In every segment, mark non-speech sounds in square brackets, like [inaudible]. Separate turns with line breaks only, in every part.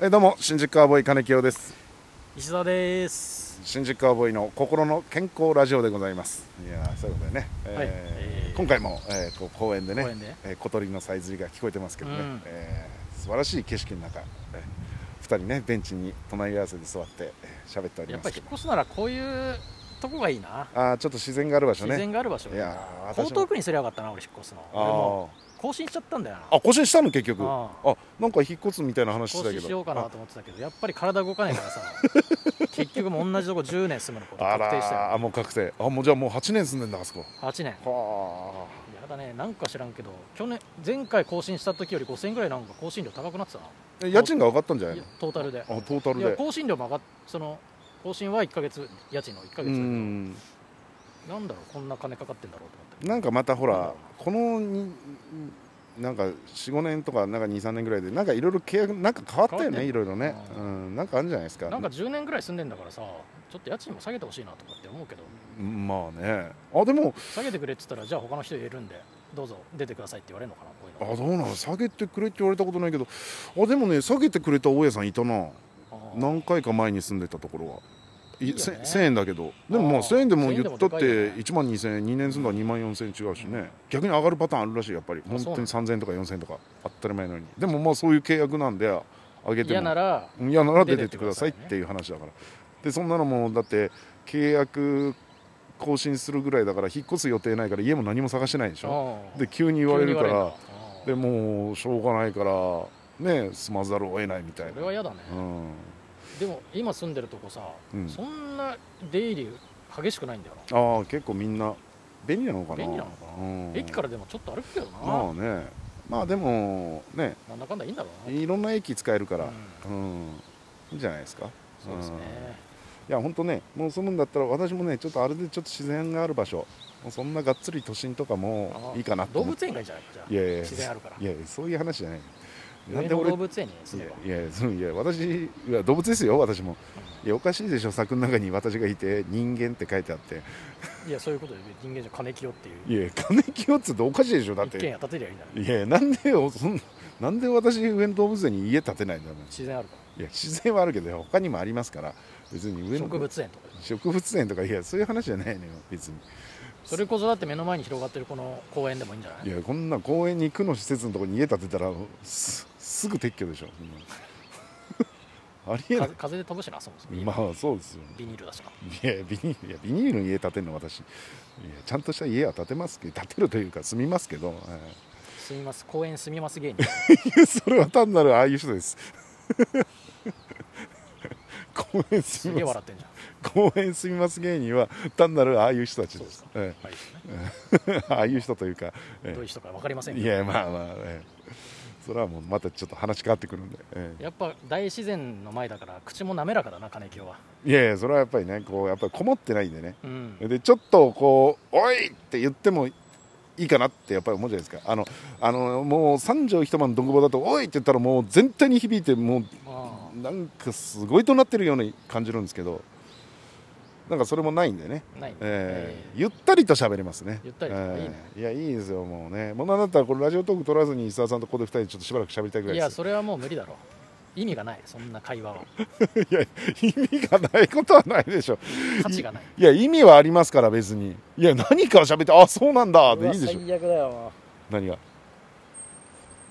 えどうも新宿カーボーイ金清です
石田です。
新宿カーボーイの心の健康ラジオでございますいやーそういうことでね、
はい
えー
えー
今回も、えーこう公園でね
公園で
えー小鳥のさえずりが聞こえてますけどね、
うん
えー素晴らしい景色の中、えー、2人ねベンチに隣り合わせで座ってえー喋っており
やっ
ま
ぱ
す
り
け
引っ
ど
越すならこういうとこがいいな。
あーちょっと自然がある場所
自然
ね
がある場所がいい
いやー
な。
私も
江東区にすりゃよかったな、俺引っ越すの。
あ
俺も
ー
う更新しちゃったんだよな。
あ更新したの結局あ
あ
なんか引っ越すみたいな話して
更
たけど
新しようかなと思ってたけど、やっぱり体動かないからさ。結局もう同じとこ10年住むのこと
あ
確
ら
定した
ー
よ。
もう確定あもうじゃあもう8年住んでんだあそこ
8年。
はあ
やだね、なんか知らんけど、去年、前回更新した時より5000円ぐらいなんか更新料高くなってたな。
え家賃が上がったんじゃない
い
の
やトータルで。
あトータル
いや、
で
更新料も上がっ、その、更新は1ヶ月、家賃の1ヶ
う
月だけど。
ん
なんだろう、こんな金かかってんだろうと思って。
なんかまたほ
なんだ
ら
ろ
このになんか45年とかなんか23年ぐらいでなんかいろいろ契約なんか変わったよ
変わってん
ね
の
いろいろね
う
うんなんかあるんじゃないですか
なんか10年ぐらい住んでんだからさ、ちょっと家賃も下げてほしいなとかって思うけど、
まあねあでも
下げてくれって言ったら、じゃあ他の人いるんで、どうぞ出てくださいって言われるのかな、こうい
あ
う
どう
の。
なの下げてくれって言われたことないけどあでもね下げてくれた大家さんいたな
あー
何回か前に住んでたところはい
いよね
せ1000円だけどでもまあ
あー
1000円でも
1000
言
円でも
ったって
でかいよね
1万2000円2年住んだら2万4000円違うしね逆に上がるパターンあるらしいやっぱり
あ
本当
そう
に3000円とか4000円とか当たり前のようにでもまあそういう契約なんで上げても
嫌なら、
うん嫌なら出てってくださいっていう話だからでそんなのもだって契約更新するぐらいだから引っ越す予定ないから家も何も探してないでしょ
あー
で急に言われるか
急に言
ら
われ
で
るんだ
もうしょうがないからね住まざるを得ないみた
あ
いな
ーそれは嫌だね、
うん
でも今住んでるとこさ、
うん
そんな出入り激しくないんだよ
ああ結構みんな便利なのかな
便利なのか
うん
な、駅からでもちょっと歩くけどな、
まあねまあでもね
なんだかんだいいんだろうな、
いろんな駅使えるから
う
うん、いいんじゃないですか
そうですね、
いや本当ねもう住むんだったら私もねちょっとあれでちょっと自然がある場所もうそんながっつり都心とかも
あー
いいかなと
動
思っ
物園がいいじゃないじゃあ
いやいや
自然あるから
いやいやそういう話じゃないなん
上
で
野
俺
動
い
物園に住めば
やいやそういや私いや動物ですよ私もいやおかしいでしょ柵の中に私がいて人間って書いてあって
いやそういうことで人間じゃ金清っていう
いや金清っつっておかしいでしょだっ
一軒
て
家建てりゃいいんだよ
いやなんでよそんなんで私上野動物園に家建てないんだろう
自然あるから
いや自然はあるけど他にもありますから別に上野
植物園とかで
植物園とかいやそういう話じゃないのよ別に
それこそだって目の前に広がってるこの公園でもいいんじゃない
いやこんな公園に区の施設のところに家建てたらすすぐ撤去でしょそんな
[laughs]
のありえな
風風で飛ぶしなそもそも、
いまあそうですよ
ビニールだしない
やビニールいやビニールの家建てるの私いやちゃんとした家は建てますけど建てるというか住みますけど、え
すみます公園すみます芸人
え [laughs] それは単なるああいう人です [laughs] 公園住
す
み
げえ
ます
笑ってんじゃん
公園住みます芸人は単なるああいう人たち
そう
で
です
す
か、
え
はい
え [laughs] ああいう人というか、ええ
どういう人か分かりませんけ
い
ど
やまあまあ、ええそれはもうまたちょっと話変わってくるんで、ええ
やっぱ大自然の前だから口も滑らかだな金清はい
やいやそれはやっぱりねこうやっぱりこもってないんでね
うん
でちょっとこう「おい!」って言ってもいいかなってやっぱり思うじゃないですかあのあのもう三条一晩独房だと「おい!」って言ったらもう全体に響いても
ま
うなんかすごいとなってるように感じるんですけどなんかそれもないんでね
あないね、
え
え
ーゆったりと喋れますね
ゆったりと
えー
いいね
いやいいですよもうねもうなんだったらこれラジオトーク取らずに伊沢さんとここで二人でちょっとしばらく喋りたいぐ
え
らいで
い
すよ
やそれはもう無理だろう意味がないそんな
[laughs]
会話はい
や意味がないことはないでしょ
価値がない
いや意味はありますから別にいや何かを喋ってあそうなんだでいいでしょ
うわ最悪だよ
何が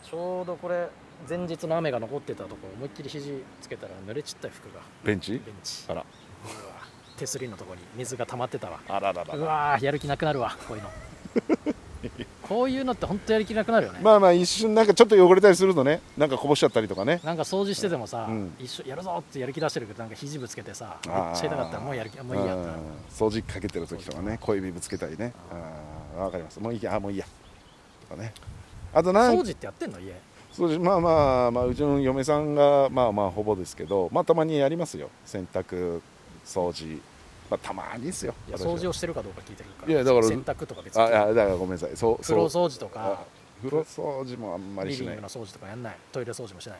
ちょうどこれ前日の雨が残ってたとこ思いっきり肘つけたら濡れちったよ服が
ベンチ
ベンチ
あら
うわ手すりのとこに水が溜まってたわ
あららら
う
ら
わーやる気なくなるわこういうの
[laughs]
こういうのって本当やる気なくなるよね、
まあまあ一瞬なんかちょっと汚れたりするとねなんかこぼしちゃったりとかね
なんか掃除しててもさ、
うん
一緒やるぞってやる気出してるけどなんか肘ぶつけてさ
あ
めっ
ー
ちゃ痛かったらもうやる気もういいやってなる
うん掃除機かけてる時とかね小指ぶつけたりねあーわかりますもういいやあもういいやとかねあとなん
掃除ってやってんの家
そうですまあまあまあうちの嫁さんがまあまあほぼですけどまあたまにやりますよ洗濯掃除まあたまにですよ
いや
私は
掃除をしてるかどうか聞いてるから
いやだから
洗濯とか別に
あいやだからごめんなさいそう
風呂掃除とか
風呂掃除もあんまり
リ
し
ビ
な
ン
い
グの掃除とかやんないトイレ掃除もしない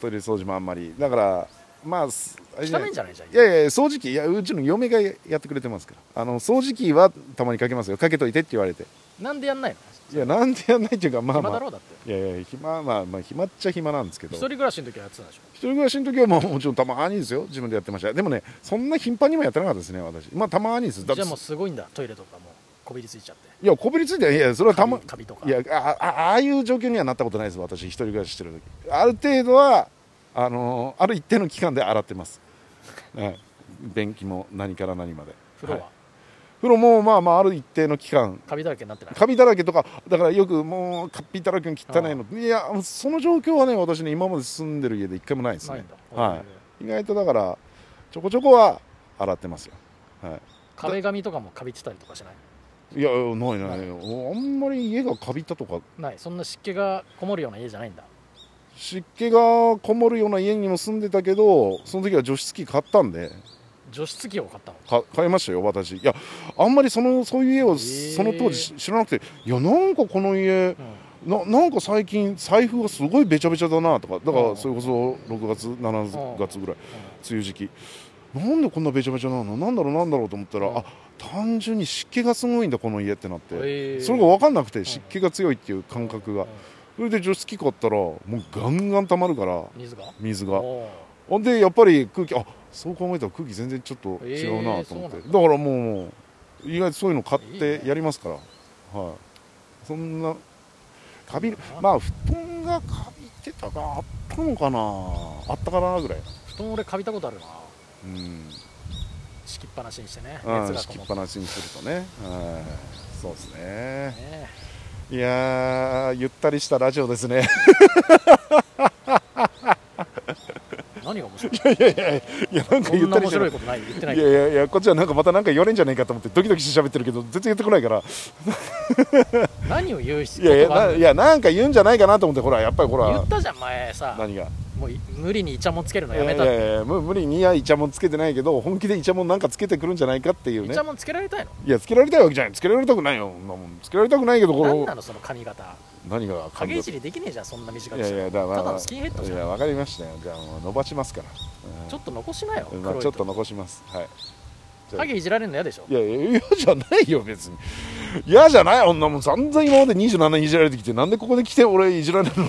トイレ掃除もあんまりだからまあすあれじゃ
汚
ないい
んじゃないじゃん
いやいや掃除機いやうちの嫁がやってくれてますからあの掃除機はたまにかけますよかけといてって言われて
なんでやんない
いやなんでやんないっていうかまあ
の暇
ま
だろ
あ
うだって
いやいや暇まあまあ暇っちゃ暇なんですけど
一人暮らしの時はやってたでしょ
一人暮らしの時はまあもちろんたまにですよ自分でやってましたでもねそんな頻繁にもやってなかったですね私まあたまにですだって
じゃあもうすごいんだトイレとかもこびりついちゃって
いやこびりついていやいやそれはた
カ
ま
ビカビとか
いやああああいう状況にはなったことないです私一人暮らししてる時ある程度はあのある一定の期間で洗って
[laughs]
ます、はい、便器も何から何まで
風呂
い
は
風呂もまあまあある一定の期間
カビだらけになってない
カビだらけとかだからよくもうカッピだらけの汚いのいやその状況はね私ね今まで住んでる家で一回もないです
ない
ね
んだ
は意外とだからちょこちょこは洗ってますよ、は
壁紙とかもカビてたりとかしない
い、いやないない
ない
あんまり家がカビたとか
ないそんな湿気がこもるような家じゃないんだ
湿気がこもるような家にも住んでたけどその時は除湿機買ったんで
除湿機を買ったの
か買いましたよ私いやあんまりそのそういう家を
ー
その当時し知らなくていやなんかこの家ななんか最近財布がすごいべちゃべちゃだなとかだか
うん
らそれこそ6月7月ぐらい梅雨時期なんでこんなべちゃべちゃなのなんだろうなんだろうと思ったら、
うん
あ単純に湿気がすごいんだこの家ってなって、
へー
それが分かんなくて
ん
湿気が強いっていう感覚が、
うん
それで除湿機買ったらもうガンガン溜まるから
水が
水が
おー
ほんでやっぱり空気あそう考えたら空気全然ちょっと違うなと思って、
へーそうなん
だからもうもう意外とそういうの買っ
いい
て
ね
やりますからはいそんなカビ
いいな
まあ布団がカビてたかあったのかなあったかなぐらい
布団俺カビたことあるな
うん
敷きっぱなしにしてね
うん
熱が
敷
こ
き
も
っ
っ
ぱ
て
なしにするとね、うんそうですね
ね
いやーゆったりしたラジオですね [laughs]
何が面白い
いやなんか
こ
ゆ
ん
った
な
りし
面
て
白
る
いことない言ってない
い
け
や
ど
いやいやこっちはなんかまたなんか言われんじゃないかと思ってドキドキして喋ってるけど全然言ってこないから
何を言う必
いやい
要
や
があ
な
る
いやなんか言うんじゃないかなと思ってほらやっぱりほ
言
ら
ったじゃん前さ
何が
もうい無理にイチャモンつけるの
い
や
や
め
い
たって
やいやむ無理にいやイチャモンつけてないけど本気でイチャモンなんかつけてくるんじゃないかっていう
イ
ね
チャモンつけられたいの
いやつけられたいわけじゃないつけられたくないよそんなもんつけられたくないけどこ
何
の
なのその髪型
何が
影いじりできねえじゃんそんな短
い
く
やい
したら
やだから
ただのスキンヘッド
い
じゃん
やわかりましたよじゃあもう伸ばしますから
ちょっと残しなよ
まあ
黒い
ちょっと
と
残しますはいじゃあ
影いじられるの嫌でしょ
いやいや嫌じゃないよ別に嫌じゃない女もん散々今まで27年いじられてきてなんでここで来て俺いじられるの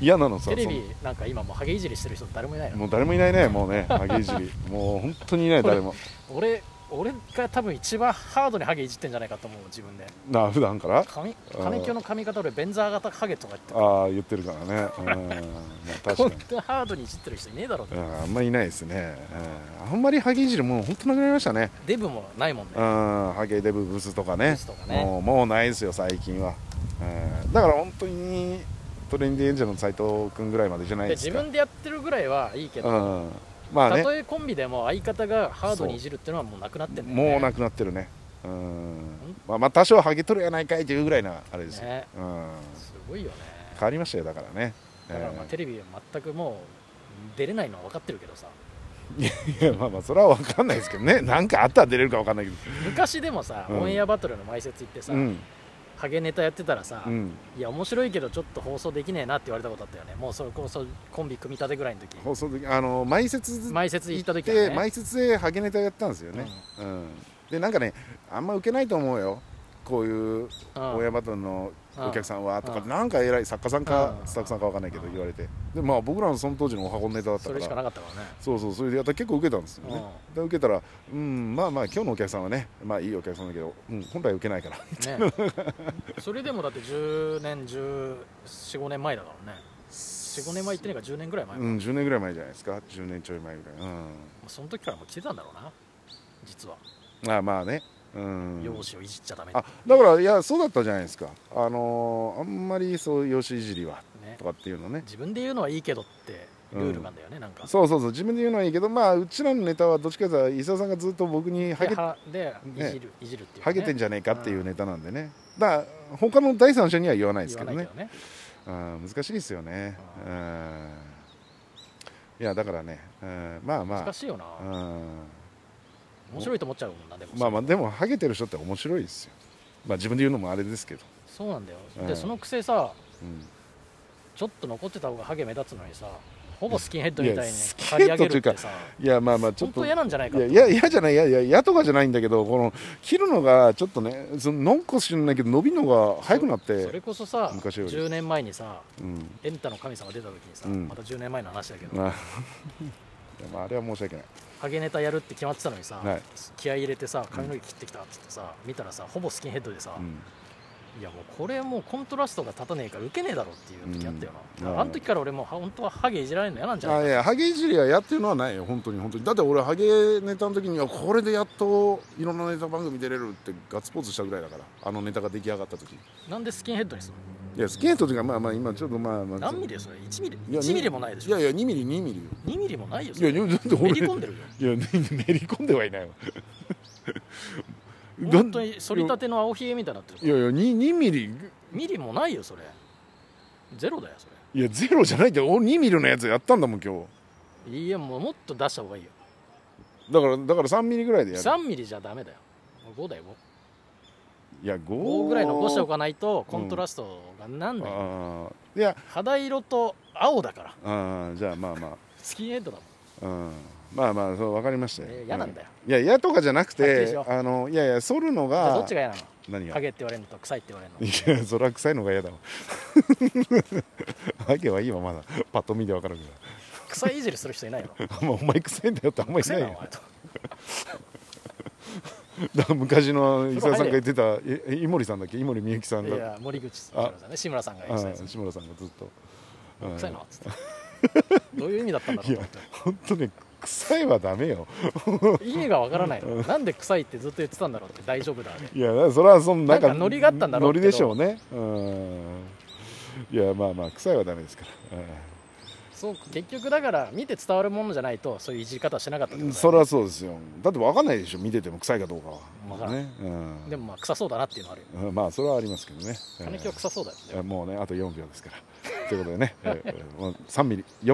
嫌なのさ
テレ
そんな
ビなんか今もうハゲいじりしてる人誰もいないの
もう誰もいないね、もうね、ハゲいじり、もう本当にいない、誰も、
俺俺が多分一番ハードにハゲいじってんじゃないかと思う自分で
なあ普段から、
髪金鏡の髪型俺ベンザー型ハゲとか言って
ああ、言ってるからね、うん、まあ、確
こ
か
んなハードにいじってる人いねえだろうって
に、うん、あんまりいないですね、うん、あんまりハゲいじり、もう本当なくなりましたね、
デブもないもんね
うん、ハゲデブブスとかね
ブスとかね
もう、もうないですよ、最近は、うん、だから本当にトレンディエンジェルの斎藤君ぐらいまでじゃない
で
です
自
か、
分でやってるぐらいはいいけど
うん、まあ
た
ね
と、えコンビでも相方がハードにいじるっていうのはもうなくなってんだよね
もうなくなってるね、うん、まあ、まあ、多少ハゲとるやないかいというぐらいな、あれですよ、
ね
うん、
すごいよね
変わりましたよ、だからね。
だからまあ
えー
テレビは全くもう出れないのは分かってるけどさ
いやまあまあそれは分かんないですけどね [laughs] なんかあったら出れるか分かんないけど
昔でもさ、
うん
オンエアバトルの前説行ってさ、
うん
ハゲネタやってたらさ、
うん
いや面白いけどちょっと放送できねえなって言われたことあったよねもうそれこそコンビ組み立てぐらいの時
放送の時あの前説
前説行った時は
で
ね
前説でハゲネタやったんですよね、うんでなんかねあんま受けないと思うよこういう
うん
親バトルのお客さんはとか
うん
なんか偉い作家さんか
うん
スタッフさんか分かんないけど
うん
言われてでまあ僕らのその当時のおはこのネタだった
そ
か
れしからなかったからね
そうそうそれでやったら結構受けたんですよねで受けたらうんまあまあ今日のお客さんはねまあいいお客さんだけど、うん、本来受けないから [laughs]
うんねそれでもだって10年1415年前だからね45年前行ってねえから10年ぐらい前、
う
も
ん、10年ぐらい前じゃないですか10年ちょい前ぐらい、
うその時からもう来てたんだろうな実は
うん、あまあね、うん、
容姿をいじっちゃダメって
あだからいやそうだったじゃないですかあのーあんまりそう容姿いじりは
ね
とかっていうのね
自分で言うのはいいけどってルールなんだよね、なんか
そうそうそう自分で言うのはいいけどまあうちらのネタはどっちかというと伊沢さんがずっと僕にハ
で
ゲ
はで
ね
いじる、いじるっていう、ね、
ハゲてん
じ
じゃねえかっていうネタなんでねだから他の第三者には言わないですけどね
ね
うん難しいですよね
う
うんいやだからね、うん、まあま
難
あ
しいよな、
うん
面白いと思っちゃうもんなでも
まあまあでもハゲてる人って面白いですよまあ自分で言うのもあれですけど、
そうなんだよ、
うん
でそのくせさ
うん
ちょっと残ってた方がハゲ目立つのにさほぼスキンヘッドみたい
いや
に
スキン
刈り
ヘ
上
ッド
げ
っ
る
てい
っ
うか
てさ
いやまあまあちょっ
本
と
当嫌なんじゃないか
い
と
やいや嫌じゃないいやいや嫌とかじゃないんだけどこの切るのがちょっとねそのなんか知らないけど伸びるのが早くなっ
それ
て
こそさ
昔より
10年前にさ
うん
エンタの神様出た時にさ、
うん
また10年前の話だけど、
まあ [laughs] いやまああれは申し訳ない
ハゲネタやるって決まってたのにさ、
はい
気合い入れてさ髪の毛切ってきたっつってさ、見たらさほぼスキンヘッドでさ、
うん
いやもうこれもうコントラストが立たねえから受けねえだろっていう時あったよな、
うん
あの時から俺もうは本当はハゲいじられるの嫌なんじゃない
あいやハゲいじりはやってるのはないよ本当に本当にだって俺ハゲネタの時にはこれでやっといろんなネタ番組出れるってガッツポーズしたぐらいだからあのネタが出来上がった時
なんでスキンヘッドにする
いやスキンヘッドというかまあまあ今ちょっとまあまあ
の何ミリよそれ1ミリ
いや
1ミリもないで
い
しょ
やいや2ミリ2ミリよ
2ミリもないよ
いやだって
め
俺
り込んでるよ
いやね練り込んではいないわ
[laughs] 本当に反り立ての青ひげみたいになって
い
る
やいや 2, 2ミリ
ミリもないよそれゼロだよそ
いやゼロじゃないってお2ミリのやつやったんだもん今
れいやもうもっと出した方がいいよ
日だからだから3ミリぐらいでやる
3ミリじゃダメだよ5だよ
いや 5,
5ぐらい残してお
か
かないとコントラストがなんない、
あーいや
肌色と青だから
あーじゃあまあまあ
スキンヘッドだもん
うんまあまあそう分かりましたよ、
えー嫌なんだよ
うんいや嫌とかじゃなく
はっきりしてよう
あのいやいや剃るの
じゃあ
が
どっちが嫌な
何
の
が
ハ
い
ゲって言われるのと臭いって言われるの
やそれは臭いのが嫌だわハゲはいいわまだパッと見で分かるけ
臭いいじりする人いないの
どお前臭いんだよってあんまり
臭
ないい
な
よ
お前と
だから昔の伊沢さんが言ってたええ井森さんだっけ井森美幸さん
い
だ
や森口さんね志村さんが
あ
言ってたやつ
志村さんがずっとうん
臭いなっつってどういう意味だったんだろうと思って
本当ね臭いはダメよ
[laughs] 意味がわからないのなんで臭いってずっと言ってたんだろうって大丈夫だね
いやだからそれはそのなんか
なんかノリがあったんだろう
ノ
け
リ
ど
でしょうねうんいやまあまあ臭いはダメですから、うん
そう結局だから見て伝わるものじゃないとそういういじり方はしなかったってことだよね
それはそうですよだって分かんないでしょ見てても臭いかどうかは
わからん
ねうん、
でもまあ臭そうだなっていうのはあるよ
うんまあそれはありますけどね
金木は臭そうだよね
えーもうねあと4秒ですからということでね、えーえーもう3ミリ4